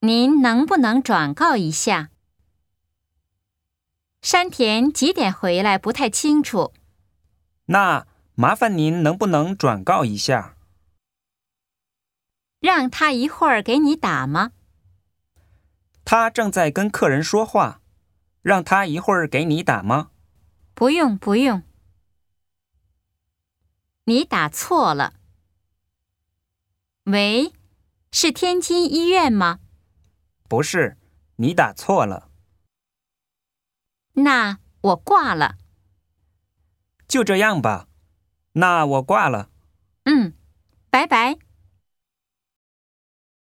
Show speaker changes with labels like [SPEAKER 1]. [SPEAKER 1] 您能不能转告一下？山田几点回来不太清楚。
[SPEAKER 2] 那麻烦您能不能转告一下？
[SPEAKER 1] 让他一会儿给你打吗？
[SPEAKER 2] 他正在跟客人说话，让他一会儿给你打吗？
[SPEAKER 1] 不用，不用。你打错了。喂，是天津医院吗？
[SPEAKER 2] 不是，你打错了，
[SPEAKER 1] 那我挂了。
[SPEAKER 2] 就这样吧。那我挂了。
[SPEAKER 1] 嗯，拜拜。